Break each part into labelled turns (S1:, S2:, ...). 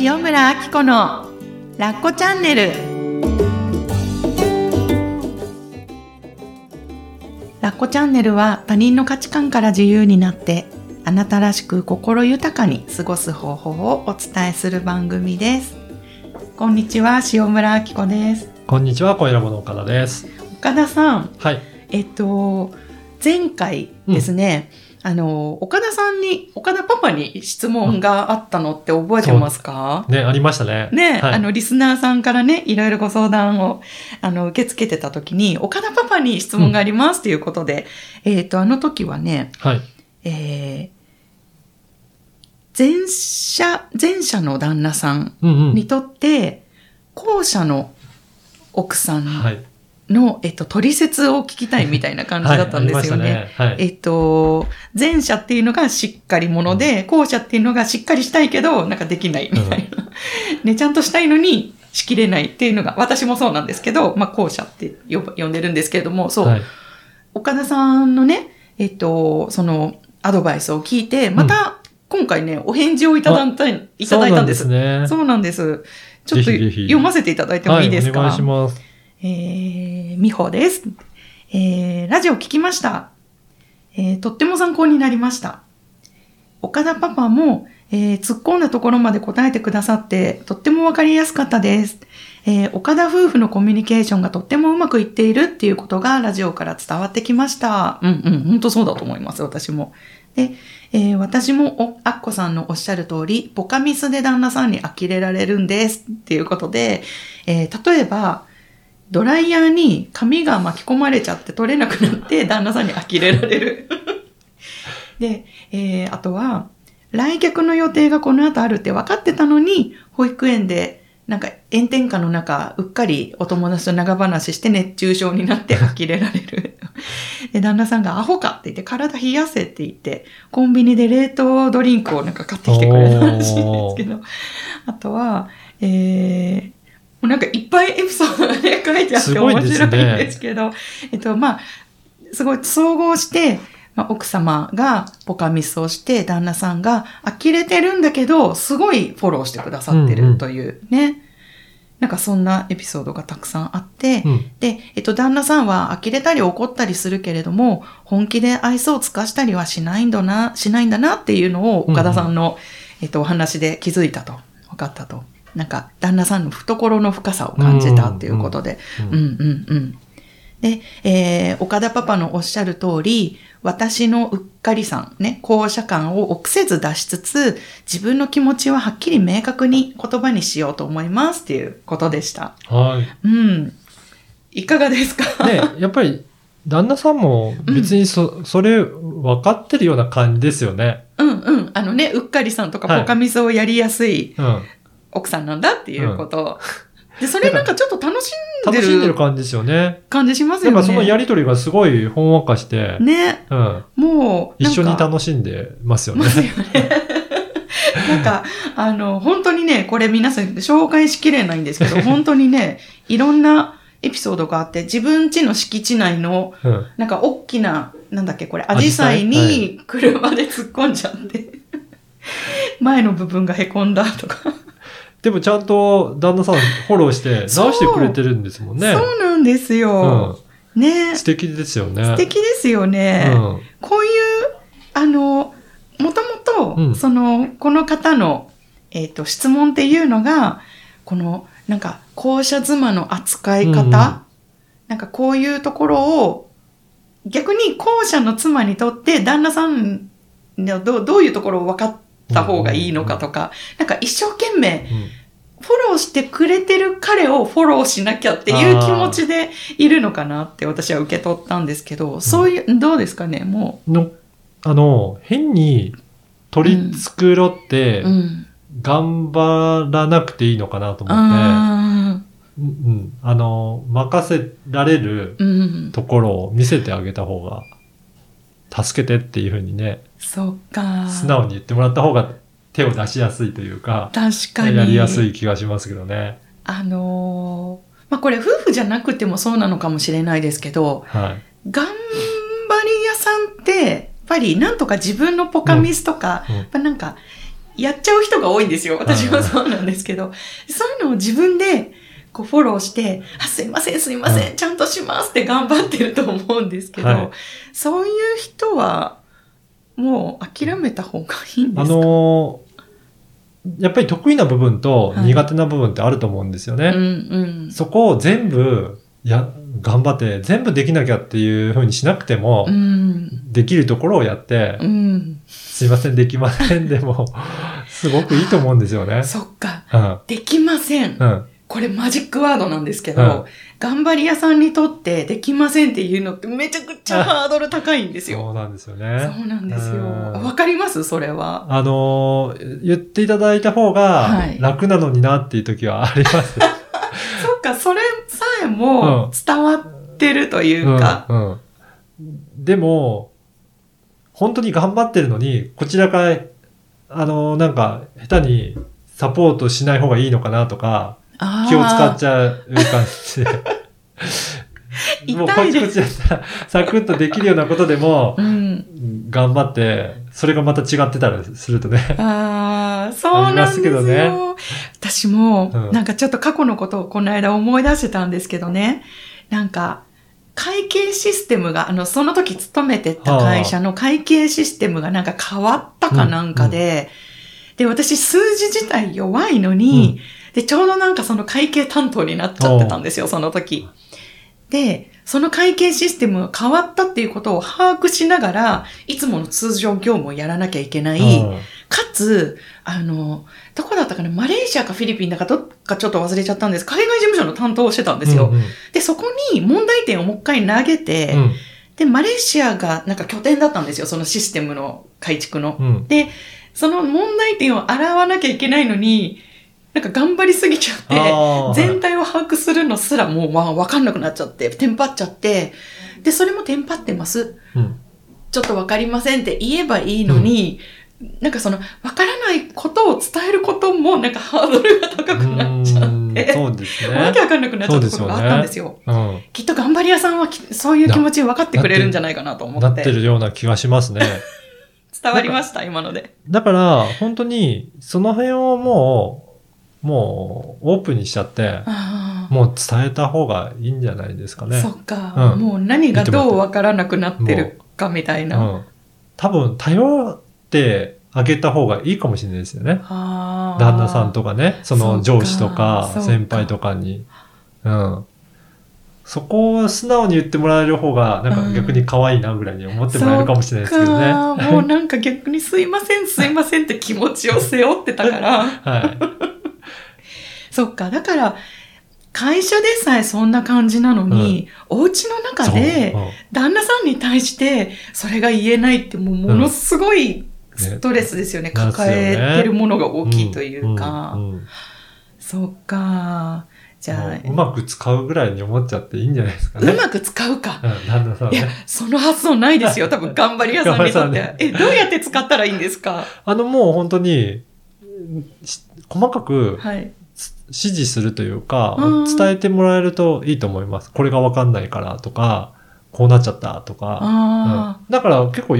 S1: 塩村あき子のラッコチャンネルラッコチャンネルは他人の価値観から自由になってあなたらしく心豊かに過ごす方法をお伝えする番組ですこんにちは塩村あき子です
S2: こんにちは、小ラボの岡田です。
S1: 岡田さん
S2: はい。
S1: えっと前回ですね、あの岡田さんに岡田パパに質問があったのって覚えてますか、
S2: ね、ありましたね。
S1: ね、
S2: はい
S1: あの、リスナーさんからね、いろいろご相談を、あの、受け付けてた時に、岡田パパに質問がありますということで、えっ、と、あの時はね、
S2: はい。
S1: えー、前者、前者の旦那さん
S2: うんう
S1: に
S2: ん。
S1: とって、後者の奥さん
S2: はい。
S1: の、えっと、取説を聞きたいみたいな感じだったんですよね。
S2: はい、ありましたね。はい。
S1: えっと、前者っていうのがしっかり者で、後者っていうのがしっかりしたいけど、なんかできないみたいな。 ね、ちゃんとしたいのに、しきれないっていうのが、私もそうなんですけど、まあ、後者って呼ば呼んでるんですけれども、そう、
S2: はい。
S1: 岡田さんのね、えっと、その、アドバイスを聞いて、また、今回ね、お返事をいただいた、いただいたんです。
S2: そうなんですね。
S1: そうなんです。ちょっと
S2: ぜひぜひ
S1: 読ませていただいてもいいですか、
S2: はい、お願いします。
S1: えー、みほです。えー、ラジオ聞きました。えー、とっても参考になりました。岡田パパも、えー、突っ込んだところまで答えてくださって、とってもわかりやすかったです。えー、岡田夫婦のコミュニケーションがとってもうまくいっているっていうことがラジオから伝わってきました。うんうん、本当そうだと思います、私も。で、えー私もおあっこさんのおっしゃる通り、ボカミスで旦那さんに呆れられるんですっていうことで、えー例えば、ドライヤーに髪が巻き込まれちゃって取れなくなって旦那さんに呆れられる。 で、えーあとは、来客の予定がこの後あるって分かってたのに、保育園でなんか炎天下の中、うっかりお友達と長話して熱中症になって呆れられる。 で、旦那さんがアホかって言って体冷やせって言って、コンビニで冷凍ドリンクをなんか買ってきてくれたらしいんですけど、あとは、えーもうなんかいっぱいエピソードがね、書いてあっ
S2: す
S1: て
S2: ごい
S1: 面
S2: です
S1: 白いん
S2: ね
S1: ですけど、えっと、まあ、すごい総合して、まあ、奥様がポカミスをして、旦那さんが呆れてるんだけど、すごいフォローしてくださって
S2: うんう
S1: る
S2: ん
S1: というね。なんかそんなエピソードがたくさんあって、
S2: うん。
S1: で、えっと、旦那さんは呆れたり怒ったりするけれども、本気で愛想を尽かしたりはしないんだな、しないんだなっていうのを
S2: うんうん
S1: 岡田さんの、えっと、お話で気づいたと、分かったと。なんか、旦那さんの懐の深さを感じたっていうことで、
S2: う
S1: うんう
S2: ん
S1: んうん。で、えー岡田パパのおっしゃる通り、私のうっかりさん、ね、校舎感を臆せず出しつつ、自分の気持ちははっきり明確に言葉にしようと思いますっていうことでした。
S2: は
S1: う
S2: い。
S1: ん。いかがですか、
S2: ね、やっぱり、旦那さんも別にそ、それ分かってるような感じですよね。
S1: うんうん。あのね、うっかりさんとか
S2: はい
S1: ポカミスをやりやすい
S2: うん。
S1: 奥さんなんだっていうこと。で、 それなんかちょっと楽しんで
S2: 楽しんでる
S1: る
S2: 感じですよね。
S1: 感じします
S2: だ
S1: よ
S2: か
S1: ね。
S2: らそのやりとりがすごいほんわかして、
S1: ね、
S2: うん。
S1: もう
S2: 一
S1: なんか。
S2: 緒に楽しんでますよね
S1: ま。すよね。 なんか、あの、本当にね、これ皆さん紹介しきれないんですけ ど、本当にね、いろんなエピソードがあって、自分家の敷地内の、
S2: うん。
S1: なんか大きな、なんだっけ、これ、アジ
S2: 紫陽花
S1: サイに車で突っ込んじゃって、 前の部分がへこんだとか、
S2: でもちゃんと旦那さんフォローして直
S1: そう
S2: してくれてるんですもんね。
S1: そうなんですよ。ね
S2: ん。 素敵ですよね。
S1: 素敵ですよね。
S2: うん。
S1: こういう、あの、もともと、
S2: うん
S1: その、この方の、えっ、と、質問っていうのが、この、なんか、校舎妻の扱い方、
S2: うんうん
S1: なんかこういうところを、逆に校舎の妻にとって、旦那さんのどうどういうところを分かった方がいいのかとか、なんか一生懸命
S2: うん
S1: フォローしてくれてる彼をフォローしなきゃっていう気持ちでいるのかなって私は受け取ったんですけど、そういう、どうですかね、も
S2: の、あの、変に取り繕って
S1: う。うん。
S2: 頑張らなくていいのかなと思って、
S1: あ
S2: うんうんあの、任せられる
S1: ーうん。
S2: ところを見せてあげた方が、助けてっていうふうにね、
S1: そっか。
S2: 素直に言ってもらった方が手を出しやすいというか、
S1: 確かに。
S2: やりやすい気がしますけどね。
S1: あのーまあこれ夫婦じゃなくてもそうなのかもしれないですけど、
S2: はい。
S1: 頑張り屋さんって、やっぱりなんとか自分のポカミスとか、
S2: うんうん
S1: やっぱなんか、やっちゃう人が多いんですよ。私もそうなんですけど。そういうのを自分で、こうフォローして、あ、すいません、すいません、ちゃんとしますって頑張ってると思うんですけど、
S2: はい
S1: そういう人は、もう諦めた方がいいんで
S2: あ
S1: すか
S2: のーやっぱり得意な部分と
S1: はい
S2: 苦手な部分ってあると思うんですよね。
S1: うんうん。
S2: そこを全部、や、頑張って、全部できなきゃっていうふうにしなくても、
S1: うん。
S2: できるところをやって、
S1: うん。
S2: すいません、できませんでも、 すごくいいと思うんですよね。
S1: そっか。
S2: うん。
S1: できません
S2: う。ん。
S1: これマジックワードなんですけど、
S2: うん
S1: 頑張り屋さんにとってできませんっていうのってめちゃくちゃハードル高いんですよ。
S2: そうなんですよ
S1: そ
S2: ね。
S1: うなんですよ。
S2: うん
S1: わかりますそれは。
S2: あのー言っていただいた
S1: は
S2: 方が
S1: い
S2: 楽なのになっていう時はあります。
S1: そっか、それさえ
S2: う
S1: も
S2: ん
S1: 伝わってるというか。
S2: うんうんでも、本当に頑張ってるのに、こちらから、あの、なんか、下手にサポートしない方がいいのかなとか、
S1: あー
S2: 気を使っちゃう感 じで。もうこ
S1: 痛
S2: っ
S1: い
S2: ち
S1: です
S2: こっちだったら、サクッとできるようなことでも、
S1: うん。
S2: 頑張って、それがまた違ってたりすると ね。
S1: ああ、そうなんです
S2: あり
S1: よ。
S2: ますけど
S1: 私も、
S2: うん
S1: なんかちょっと過去のことをこの間思い出してたんですけどね。なんか、会計システムが、あの、その時勤めてた会社の会計システムがなんか変わったかなんかで、で、私数字自体弱いのに、で、ちょうどなんかその会計担当になっちゃってたんですよ、その時。で、その会計システムが変わったっていうことを把握しながら、いつもの通常業務をやらなきゃいけない、
S2: うん
S1: かつ、あの、どこだったかな、マレーシアかフィリピンだかどっかちょっと忘れちゃったんです。海外事務所の担当をしてたんですよ。
S2: うんうん
S1: で、そこに問題点をもう一回投げて、で、マレーシアがなんか拠点だったんですよ、そのシステムの改築の。
S2: うんうん
S1: その問題点を洗わなきゃいけないのに、なんか頑張りすぎちゃって、
S2: あー
S1: 全体を把握するのすらもうわわかんなくなっちゃって、テンパっちゃって、で、それもテンパってます。
S2: うん
S1: ちょっとわかりませんって言えばいいのに、なんかその、わからないことを伝えることも、なんかハードルが高くなっちゃって、
S2: うんそうですね。
S1: わけわかんなくなっちゃったことがあったんですよ。
S2: うん
S1: きっと頑張り屋さんはきそういう気持ち分かってくれるんじゃないかなと思
S2: な
S1: っ。
S2: っててるような気がしますね。
S1: 伝わりました、今ので。
S2: だから、本当に、その辺をもう、もう、オープンにしちゃって、
S1: あー
S2: もう伝えた方がいいんじゃないですかね。
S1: そっか、
S2: うん
S1: もう何がどう分からなくなってるかみたいうな。
S2: ん。多分、頼ってあげた方がいいかもしれないですよね。
S1: あー
S2: 旦那さんとかね、そ
S1: そうか
S2: の上司とか
S1: そうか
S2: 先輩とかに。うん。そこを素直に言ってもらえる方が、なんか逆に可愛いなぐらいに思ってもらえるかもしれないですけどね。
S1: かーもうなんか逆にすいません、すいませんって気持ちを背負ってたから。
S2: はい。
S1: そっか、だから、会社でさえそんな感じなのに、お家の中で
S2: そう、
S1: 旦那さんに対してそれが言えないってもうものすごいストレスですよね。
S2: ね
S1: 抱えてるものが大きいというか。
S2: んんん
S1: そっか。じゃあ、
S2: もううまく使うぐらいに思っちゃっていいんじゃないですかね。
S1: うまく使うか。
S2: うん、旦那さん
S1: いや
S2: ね。、
S1: その発想ないですよ。多分、頑張り屋さんにとっ
S2: 頑張り
S1: て
S2: 屋。
S1: え、どうやって使ったらいいんですか
S2: あの、もう本当に、し細かく
S1: はい。
S2: つ指示するというか
S1: うん、
S2: 伝えてもらえるといいと思います。これがわかんないからとか、こうなっちゃったとか。
S1: ああ、
S2: うんだから結構、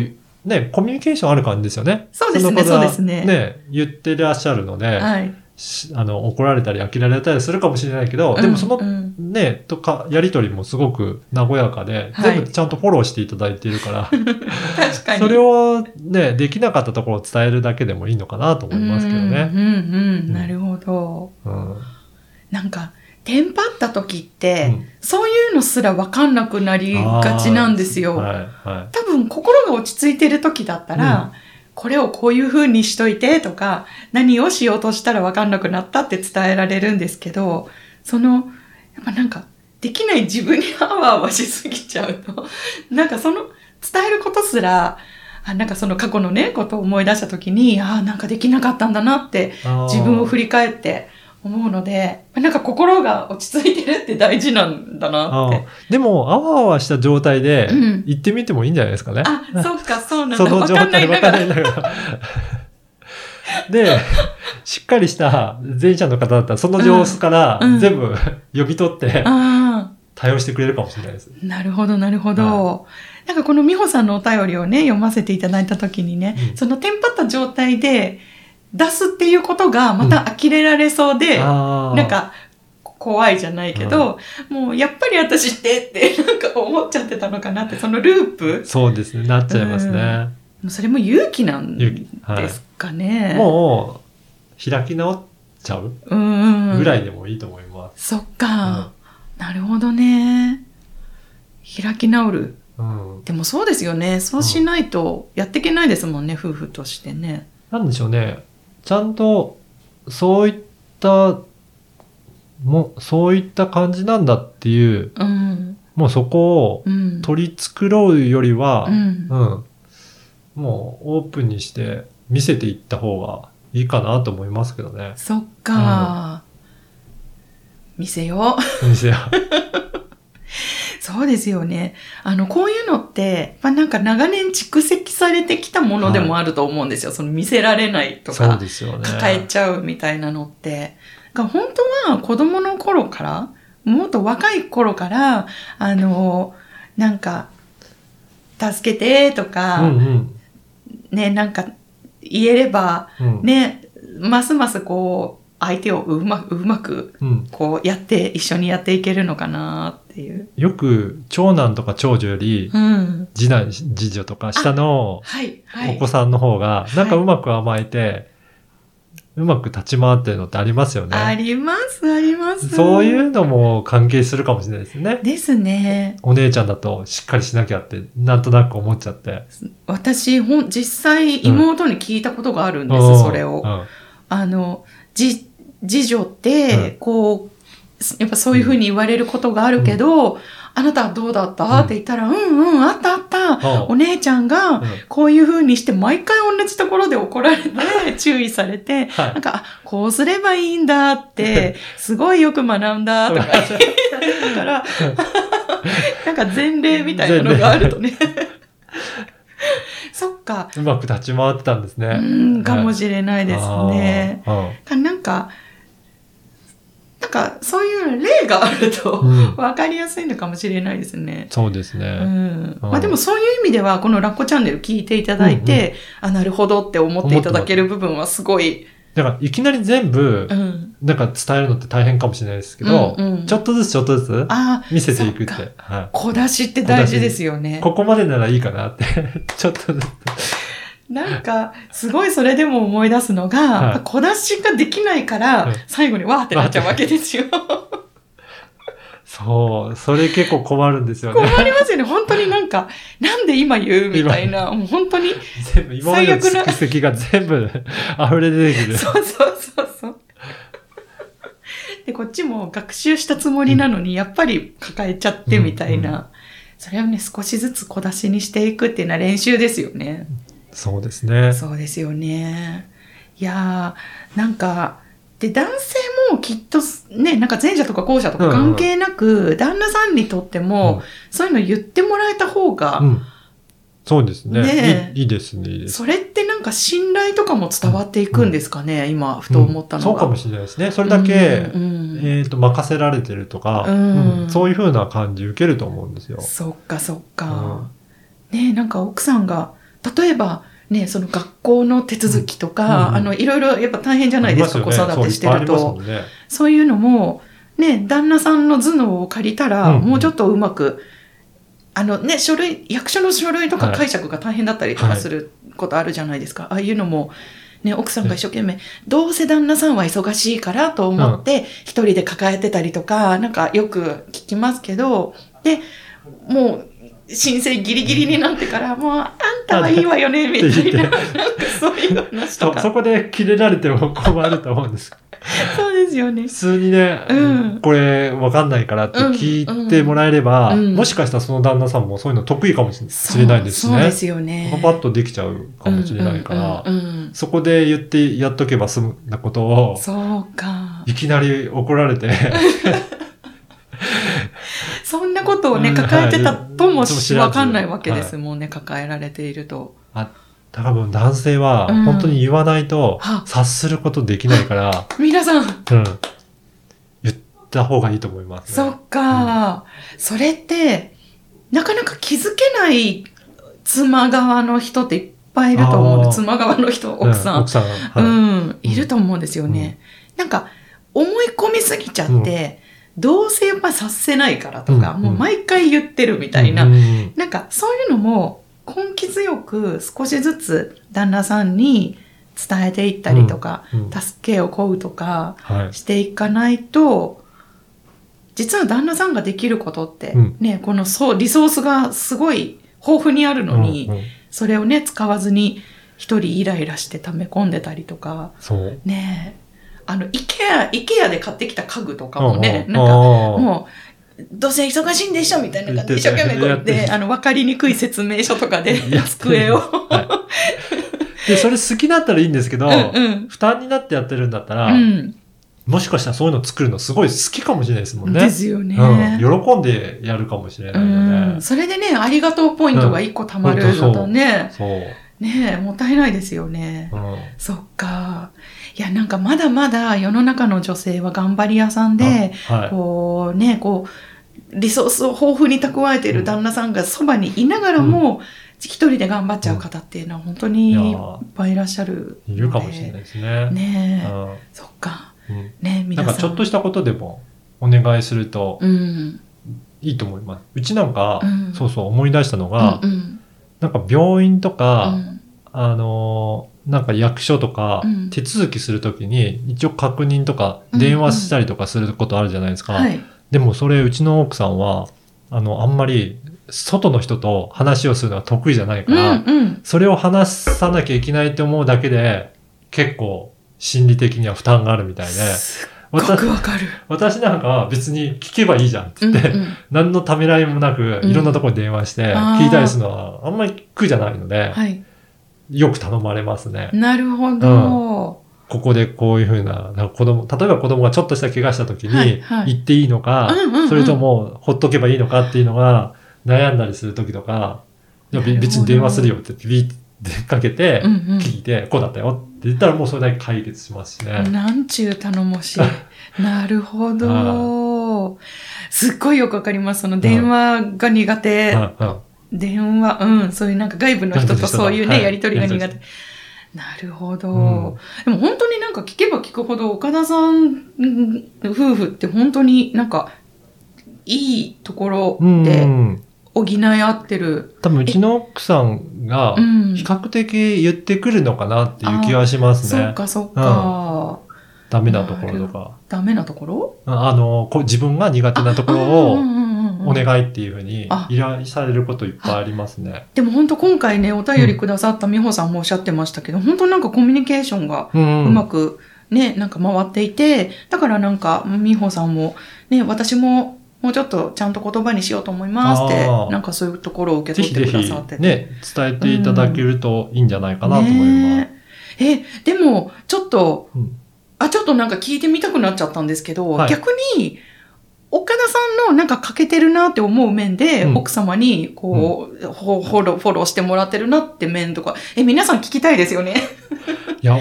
S2: ね、コミュニケーションある感じですよね。
S1: そうですね
S2: の方が
S1: そうですね
S2: 言ってらっしゃるので、
S1: はい。
S2: しあの、怒られたり、呆れられたりするかもしれないけど、でもその
S1: うんうん
S2: ね、とか、やりとりもすごく和やかで、
S1: はい
S2: 全部ちゃんとフォローしていただいているか ら、
S1: 確かに。
S2: それをね、できなかったところを伝えるだけでもいいのかなと思いますけどね。
S1: うんうんうん、なるほど。
S2: うん。うん
S1: なんか、テンパった時って、そういうのすらわかんなくなりがちなんですよ。
S2: はい、は
S1: 多分心が落ち着いてる時だったら、
S2: う
S1: これをこういう風にしといてとか、何をしようとしたら分かんなくなったって伝えられるんですけど、その、やっぱなんか、できない自分にあわあわしすぎちゃうと、 なんかその、伝えることすら、あなんかその過去のね、ことを思い出した時に、ああ、なんかできなかったんだなって、
S2: いあー。
S1: 自分を振り返って思うので、なんか心が落ち着いてるって大事なんだな
S2: あ
S1: って。
S2: ーでも、あわあわした状態で
S1: うん、
S2: 行ってみてもいいんじゃないですかね。
S1: あ、そっか、そうなんだ。
S2: その
S1: わ
S2: 状
S1: かんな
S2: 態
S1: い
S2: わ
S1: な
S2: か
S1: が
S2: ん
S1: ら
S2: な。いながら。で、しっかりした前者の方だったら、その様子から
S1: うんうん
S2: 全部 呼び取って
S1: あ
S2: 対応してくれるかもしれないです。
S1: あ、なるほど、なるほど。なんかこの美穂さんのお便りをね、読ませていただいたときにね、
S2: うん
S1: そのテンパった状態で、出すっていうことがまた呆れられそうで、
S2: な
S1: なん、か、怖いじゃないけど、もうやっぱり私ってってなんか思っちゃってたのかなって、そのループ、
S2: そうですね、なっちゃいますね。
S1: もうそれも勇気なん
S2: 勇
S1: で
S2: 気はい
S1: すかね。
S2: もう、開き直っちゃう
S1: う、うんうん。
S2: ぐらいでもいいと思います。
S1: そっか、なるほどね。開き直る。
S2: うん。
S1: でもそうですよね。そうしないとやっていけないですもんね、夫婦としてね。
S2: なんでしょうね。ちゃんと、そういった、もう、そういった感じなんだっていう、
S1: うん。
S2: もうそこを
S1: うん。
S2: 取り繕うよりは、
S1: うん
S2: うんもうオープンにして見せていった方がいいかなと思いますけどね。
S1: そっか、見せよう。
S2: お店は。
S1: そうですよね。あの、こういうのって、まあ、なんか長年蓄積されてきたものでもあると思うんですよ。その見せられないと
S2: そう
S1: か、
S2: ですよね。
S1: 抱えちゃうみたいなのって。が本当は子供の頃から、もっと若い頃から、あの、なんか、助けてとか、
S2: うんうん。
S1: ね、なんか言えれば、
S2: うん。
S1: ね、ますますこう、相手をうまうまく
S2: うん、
S1: こうやって一緒にやっていけるのかなっていう。
S2: よく長男とか長女より
S1: うん。
S2: 次男、次女とか下の
S1: はい、は
S2: お
S1: い
S2: 子。さんの方が
S1: い
S2: なんかうまく甘えて、うまく立ち回ってるのってありますよ
S1: あ
S2: ね。
S1: ります、あります。
S2: そういうのも関係するかもしれないですね。
S1: ですね。
S2: お姉ちゃんだとしっかりしなきゃってなんとなく思っちゃって。
S1: 私、ほん、実際妹に聞いたことがあるんです、
S2: うん
S1: それを
S2: う。ん
S1: あの、じ、次女って、こう、やっぱそういうふうに言われることがあるけど、あなたはどうだった、って言ったら、うんうん、あったあった。お
S2: う
S1: 姉ちゃんが、
S2: ん
S1: こういう風にして毎回同じところで怒られて注意されて、
S2: は
S1: なんか、あこうすればいいんだって、すごいよく学んだとか言ってたから、なんか前例みたいなのがあるとね。 そっか、
S2: い。うまく立ち回ってたんですね。
S1: うん、かもしれないですね。
S2: あ
S1: かなんか、なんかそういう例がある
S2: ー。う
S1: と
S2: んうん
S1: 分かりやすいのかもしれないですね。
S2: そうです
S1: う
S2: ね。
S1: ん
S2: うん
S1: まあでもそういう意味では、このラッコチャンネル聞いていただいて、あ、なるほどって思っていただける部分はすごい、
S2: だから、いきなり全部
S1: う、ん。
S2: なんか伝えるのって大変かもしれないですけど、
S1: うんうん
S2: ちょっとずつちょっとずつ
S1: あ
S2: 見せていくって
S1: そっ。
S2: は
S1: 小出しって大事ですよ
S2: い、
S1: ね。
S2: ここまでならいいかなって、 ちょっとずつ。
S1: なんか、すごいそれでも思い出すのが、
S2: はい
S1: やっぱ小出しができないか
S2: う
S1: ら
S2: ん、
S1: 最後にわーってなっちゃうわけですよ。困
S2: そう、それ結構困るんですよね。
S1: りますよね。本当になんか、なんで今言うみたいな、もう本当に、
S2: 全部、今までの
S1: 最悪な
S2: 蓄積が全部溢れ出てくる。
S1: そうそうそうそう。で、こっちも学習したつもりなのに、やっぱり抱えちゃってみたいな。
S2: うんう
S1: それをね、少しずつ小出しにしていくっていうのは練習ですよね。
S2: そうですね。
S1: そうですよね。いやー、なんか、で、男性もきっとす、ね、なんか前者とか後者とか関係なく、旦那さんにとっても、そういうの言ってもらえた方が、
S2: うん、うんそうですね
S1: ねえ
S2: いい。いいですね、いいです。
S1: それってなんか信頼とかも伝わっていくんですかね、今、ふと思ったのが。
S2: うんそうかもしれないですね。それだけ、
S1: うんうん
S2: えっ、と、任せられてるとか、
S1: うん
S2: うんそういう風な感じ受けると思うんですよ。
S1: そっかそっか。ねえなんか奥さんが例えばねその学校の手続きとか、
S2: うんうん
S1: あのいろいろやっぱ大変じゃないですか
S2: ありますよ
S1: 子育てしてるとそう
S2: そういっぱいありますもんね。
S1: いうのもね旦那さんの頭脳を借りたら、
S2: うんうん
S1: もうちょっとうまくあのね書類役所の書類とか
S2: はい
S1: 解釈が大変だったりとか
S2: はい
S1: することあるじゃないですか、ああいうのも。ね、奥さんが一生懸命、どうせ旦那さんは忙しいからと思って、一人で抱えてたりとか、なんかよく聞きますけど、で、もう、申請ギリギリになってから、もう、あんたはいいわよね、みたいな、なんかそういう話と
S2: そ
S1: か。
S2: そこで切れられても困ると思うんです。
S1: そうですよね
S2: 普。通にね、
S1: うん
S2: これわかんないからって聞いてもらえれば、
S1: うんうん
S2: もしかしたらその旦那さんもそういうの得意かもし
S1: そう
S2: れないです
S1: そうで
S2: ね。
S1: すよね。
S2: パパッとできちゃうかもしれないから、
S1: うんうんうんうん
S2: そこで言ってやっとけば済むなことを、
S1: そうか。
S2: いきなり怒ら れて、
S1: そんなことをね、
S2: うん
S1: 抱えてたとも
S2: はい
S1: し
S2: 知らず
S1: わかんないわけですもんね、抱えられていると。
S2: 多分男性は
S1: うん
S2: 本当に言わないと
S1: は
S2: 察することできないから、
S1: 皆さん、
S2: うん、言った方がいいと思います、
S1: そ
S2: ね。
S1: っか、それって、なかなか気づけない妻側の人ってぱいいると思
S2: あ
S1: う。
S2: ー
S1: 妻側の人、奥さ。
S2: うん奥さん。
S1: う
S2: はい
S1: ん、いると思うんですよね。なんか、思い込みすぎちゃって、どうせやっぱさせないからとか、
S2: うん
S1: もう毎回言ってるみたいな
S2: う、ん
S1: なんかそういうのも根気強く少しずつ旦那さんに伝えていったりとか、
S2: うん
S1: 助けを請うとか
S2: はい。
S1: していかないと、実は旦那さんができることって、
S2: うん
S1: ね、このそう、リソースがすごい豊富にあるのに、
S2: うんうん
S1: それをね、使わずに一人イライラして溜め込んでたりとか、
S2: そう。
S1: ねえ、あの、IKEA、IKEA で買ってきた家具とかもね、
S2: う
S1: なんか、
S2: んうん
S1: もう、どうせ忙しいんでしょみたいな感じで一生懸命こうやっ
S2: やって
S1: て、
S2: る
S1: あの、わかりにくい説明書とか で
S2: やってる、
S1: 机を。
S2: はいで、それ好きだったらいいんですけど、
S1: うんうん。
S2: 負担になってやってるんだったら、
S1: うん。
S2: もしかしたらそういうの作るのすごい好きかもしれないですもんね。
S1: ですよね。
S2: うん、喜んでやるかもしれ
S1: う
S2: ないよね
S1: ん。。それでね、ありがとうポイントが一個貯まるのとね、
S2: そう。
S1: ねえ、もったいないですよね。
S2: うん、
S1: そっか。いや、なんかまだまだ世の中の女性は頑張り屋さんで、
S2: は
S1: こうねこうリソースを豊富に蓄えている旦那さんがそばにいながらも、一人で頑張っちゃう方っていうのは本当
S2: い。い
S1: に
S2: や
S1: いっ
S2: ー
S1: ぱいいらっしゃる
S2: いるかもしれない
S1: い
S2: ですね。
S1: ねえ、
S2: うん
S1: そっか
S2: うん
S1: ね
S2: な
S1: 皆
S2: ん
S1: さん
S2: かちょっとしたことでもお願いすると
S1: うん
S2: いいと思います。うちなんか、
S1: うん
S2: そうそう思い出したのが、
S1: うんうん
S2: なんか病院と
S1: う
S2: か、
S1: ん
S2: あのーなんか役所とか、
S1: うん
S2: 手続きするときに一応確認とか
S1: うん
S2: 電話したりとかすることあるじゃないですか。
S1: はい
S2: でもそれうちの奥さんはあのあんまり外の人と話をするのは得意じゃないか
S1: うん
S2: ら、
S1: うん
S2: それを話さなきゃいけないって思うだけで結構心理的には負担があるみたいです
S1: っごく
S2: 私
S1: わかる、
S2: 私なんかは別に聞けばいいじゃんって
S1: う
S2: 言
S1: ん
S2: っ
S1: う
S2: て、
S1: ん、
S2: 何のためらいもなく
S1: うん
S2: いろんなところに電話して
S1: あー
S2: 聞いたりするのはあんまり苦じゃないので、
S1: はい
S2: よく頼まれますね。
S1: なるほど、
S2: ここでこういうふうな、なんか子供、例えば子供がちょっとした怪我した時
S1: はい
S2: に、
S1: はい
S2: 行っていいのか
S1: うんうんう、ん
S2: それとも、ほっとけばいいのかっていうのが、悩んだりする時とか、いや
S1: なるほ
S2: べ
S1: ど
S2: 別に電話するよって、ビビってかけて
S1: うん、
S2: 聞いて、こうだったよって言ったらもうそれだけ解決しますし
S1: うん
S2: ね。
S1: なんちゅう頼もし いなるほどすっごいよくわかりますその電話が苦手、
S2: うんうん
S1: 電話、うん、そういうなんか外部の人とそういう
S2: 外部の人とは
S1: ね、
S2: い
S1: やりとりが苦
S2: やり
S1: 手。なるほど、
S2: うん
S1: でも本当になんか聞けば聞くほど、岡田さんうん夫婦って本当になんか、いいところ
S2: う
S1: で
S2: ん。
S1: 補い合ってる。
S2: 多分、うちの奥さんが
S1: う、ん。
S2: 比較的言ってくるのかなっていう気はします
S1: そっ
S2: ね。
S1: かそっか、
S2: ダメなところとか。
S1: ダメなところ
S2: うんあの、こう自分が苦手なところを、お
S1: お
S2: 願いっていうふうに
S1: あ
S2: 依頼されることいっぱいありますね。
S1: でも本当今回ね、お便りくださった美穂さんもおっしゃってましたけど、本当なんかコミュニケーションが
S2: うん
S1: うまくね、なんか回っていて、だからなんか、美穂さんも、ね、私ももうちょっとちゃんと言葉にしようと思いますって
S2: あー、
S1: なんかそういうところを受け
S2: ぜ
S1: 取って
S2: ひぜ
S1: く
S2: ひ
S1: ださって
S2: ね
S1: て。、
S2: 伝えていただけるといいんじゃないかなと思います。
S1: ねえ、でも、ちょっと、
S2: うん
S1: あ、ちょっとなんか聞いてみたくなっちゃったんですけど、
S2: はい
S1: 逆に、岡田さんのなんか欠けてるなって思う面で、
S2: うん
S1: 奥様にこう、ほフォロー、フォローしてもらってるなって面とか、え、皆さん聞きたいですよね。
S2: いや、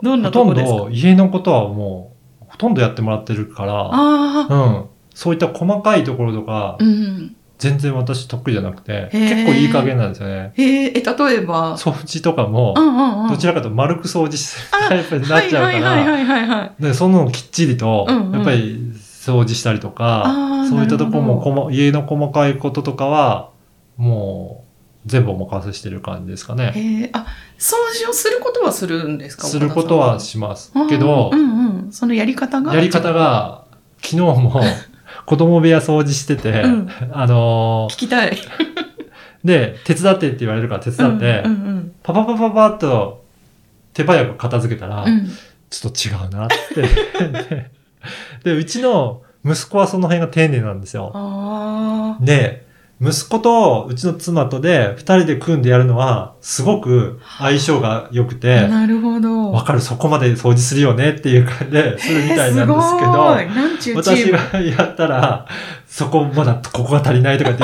S1: どん
S2: ほ
S1: な
S2: と
S1: と
S2: ん
S1: こですか
S2: ど家のことはもう、ほとんどやってもらってるか
S1: ああ、
S2: ら、うん。そういった細かいところとか、
S1: うん。
S2: 全然私得意じゃなくて、
S1: へー
S2: 結構いい加減なんですよね。
S1: へえ、え、例えば、
S2: 掃除とかも
S1: う、んうんうん。
S2: どちらかというと丸く掃除するタイプになっちゃうか
S1: はいは
S2: ら、
S1: いはいはいはいはい。
S2: でそのきっちりと、
S1: うんうん
S2: やっぱり掃除したりとか、
S1: あー
S2: そういったところも
S1: なるほ
S2: こま家の細かいこととかは、もう全部お任せしてる感じですかね。
S1: へえあ、掃除をすることはするんですか
S2: することは
S1: 岡田さ
S2: します
S1: んあー
S2: けど
S1: う、んうん。そのやり方が
S2: やり方が、昨日も子供部屋掃除してて、
S1: うん
S2: あの
S1: 聞きたい。
S2: ーで、手伝ってって言われるから手伝って、
S1: うんうん
S2: パパパパパッと手早く片付けたら、
S1: うんうん。
S2: ちょっと違うなって。 でで、うちの息子はその辺が丁寧なんですよ。
S1: あ
S2: で、息子とうちの妻とで二人で組んでやるのはすごく相性が良く
S1: あ、
S2: て、
S1: なるほど。
S2: わかる、そこまで掃除するよねっていう感じでするみたいなんですけど、
S1: えーすごいなんちゅうチ
S2: 私
S1: ーム。
S2: がやったら、そこまだここが足りないとかって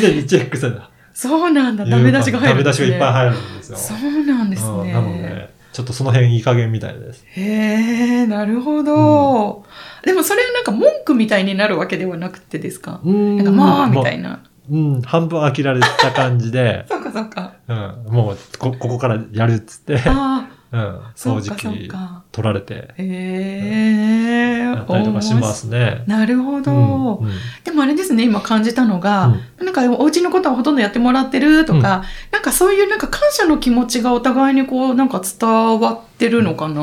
S2: 常にチェックする。
S1: そうなん だ。ダメ出しが入るんで
S2: ダメ出
S1: す
S2: し
S1: ね。
S2: がいっぱい入るんですよ。
S1: そうなんです
S2: うん
S1: ね。
S2: なので、ちょっとその辺いい加減みたいです。
S1: へえ、なるほど。でもそれはなんか文句みたいになるわけではなくてですか
S2: うーん
S1: なんかまあ、みたいな。、
S2: うん、半分飽きられた感じで
S1: そっかそっか。
S2: うん、もうこ、ここからやるっつって、
S1: ああ、
S2: うん、
S1: そ
S2: 掃
S1: っ
S2: 除
S1: かそっ
S2: 機
S1: か。
S2: 取られて、
S1: へえ
S2: やったりとかしますね。
S1: なるほど、
S2: うんうん
S1: でもあれですね、今感じたのが、なんかお家のことはほとんどやってもらってるとか、
S2: うん
S1: なんかそういうなんか感謝の気持ちがお互いにこう、なんか伝わってるのかな。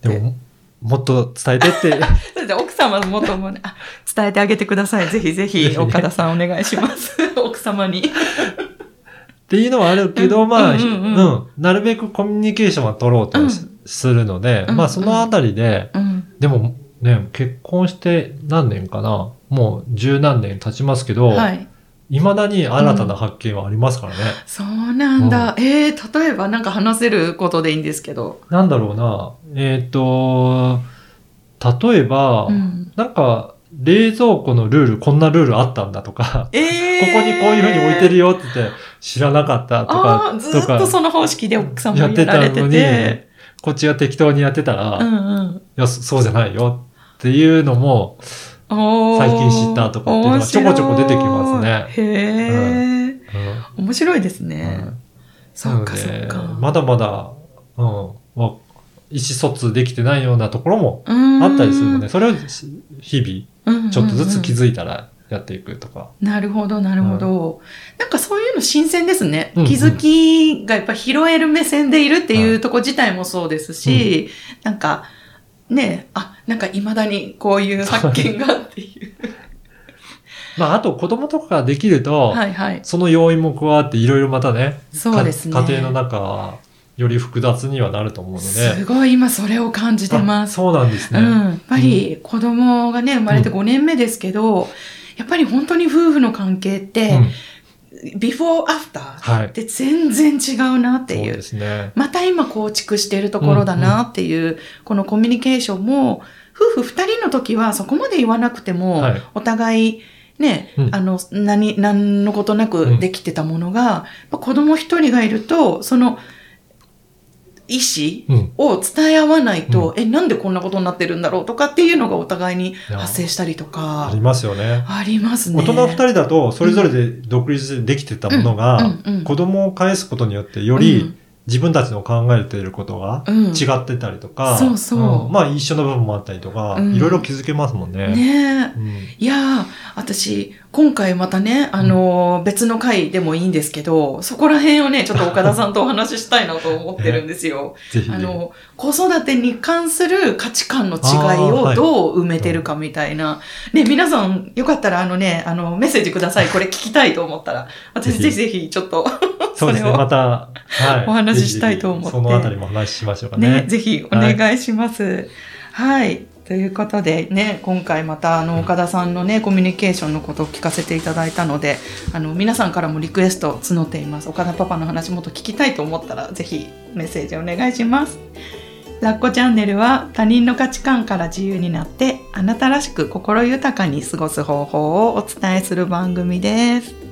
S2: でも、もっと伝えてって、
S1: だって奥様もとも ね、あ伝えてあげてください。ぜひぜ
S2: ぜ
S1: ひ、
S2: ひね
S1: 岡田さんお願いし ます。奥様に。
S2: っていうのはあるけど、まあ、
S1: う
S2: うんん
S1: うんうん
S2: なるべくコミュニケーションは取ろう
S1: う
S2: と
S1: ん
S2: しするので、
S1: うん
S2: まあそのあたりで、
S1: うん。
S2: でもね、結婚して何年かな、もう十何年経ちますけど、
S1: はい。
S2: 未だに新たな発見はありますからね。
S1: そうなんだ。えー、例えばなんか話せることでいいんですけど。
S2: なんだろうな、えっ、と、例えば、
S1: うん。
S2: なんか、冷蔵庫のルール、こんなルールあったんだとか、
S1: えー、
S2: ここにこういうふうに置いてるよって言って、知らなかったと
S1: あ
S2: か
S1: あ、、ず
S2: と
S1: っ
S2: か
S1: とその方式で奥様
S2: やっ
S1: にや
S2: て
S1: ら
S2: た
S1: れて
S2: のに
S1: て。、
S2: こっちが適当にやってたら、
S1: う
S2: い
S1: んうん。
S2: や、そそうじゃないよっていうのも、
S1: 最
S2: 最近知ったとかっていうのがちょこちょこ出てきますね
S1: へえ、
S2: うん
S1: 面白いです
S2: う
S1: ね。
S2: ん
S1: そっか
S2: な
S1: そ
S2: の
S1: っ
S2: で
S1: か。
S2: まだまだ、うん、わ意思疎通できてないようなところも
S1: あ
S2: あったりするので、それをし日
S1: うんうんうん
S2: 々、ちょっとずつ気づいたらやっていくとか。
S1: なるほど、なるほど、なんかそういうの新鮮ですね。
S2: うんうん
S1: 気づきがやっぱ拾える目線でいるっていうとこ自体もそうですし、なんか、ねえ、あ、なんか未だにこういう発見がっていう。
S2: まあ、あと子供とかができると、
S1: はいはい。
S2: その要因も加わっていろいろまたね、
S1: そうですね。
S2: か家庭の中はより複雑にはなると思うので。
S1: すごい今それを感じてま
S2: あ
S1: す。
S2: そうなんですね。
S1: うん、やっぱり子供がね、生まれて
S2: う
S1: 5年目ですけど、やっぱり本当に夫婦の関係って、
S2: うん
S1: ビフォーアフター
S2: はい
S1: っ。て全然違うなってい
S2: そう
S1: う。
S2: ですね。
S1: また今構築しているところだなっていう、このコミュニケーションも、夫婦2人の時はそこまで言わなくても、
S2: はい
S1: お互い、ね、
S2: うん
S1: あの、何、何のことなくできてたものが、やっぱ子供一人がいると、その、意思
S2: うん。
S1: を伝え合わないと、え、なんでこんなことになってるんだろうとかっていうのがお互いに発生したりと
S2: あ
S1: か
S2: り、ますよね。
S1: ありますね。
S2: 大人二人だと、それぞれで独立できてたものが、
S1: うんうん
S2: 子供を返すことによって、よ
S1: う
S2: り
S1: ん
S2: 自分たちの考えていることが
S1: うん
S2: 違ってたりとか、
S1: そうそう
S2: まあ一緒の部分もあったりとか、
S1: うん
S2: いろいろ気づけますもんね。
S1: ねえ。
S2: うん
S1: いやー、私、今回またね、あのー別の回でもいいんですけど、そこら辺をね、ちょっと岡田さんとお話ししたいなと思ってるんです よ。
S2: ぜひ
S1: あ
S2: ね。
S1: の、子育てに関する価値観の違い
S2: あーは
S1: を
S2: い
S1: どう埋めてるかみたいな。ね、皆さん、よかったらあのね、あの、メッセージください。これ聞きたいと思ったら。私、ぜ
S2: ぜ
S1: ひ
S2: ひ
S1: ぜひ、ちょっと、
S2: そうで
S1: そ
S2: すね。
S1: れを
S2: また、はい。
S1: お話ししたいと思って
S2: ぜひぜひそのあたりもお話ししましょうか
S1: ね
S2: ね。、
S1: ぜひお願いします。はい。ということでね、今回またあの岡田さんのね、コミュニケーションのことを聞かせていただいたので、あの皆さんからもリクエストを募っています。岡田パパの話もっと聞きたいと思ったら、ぜひメッセージお願いします。ラッコチャンネルは他人の価値観から自由になって、あなたらしく心豊かに過ごす方法をお伝えする番組です。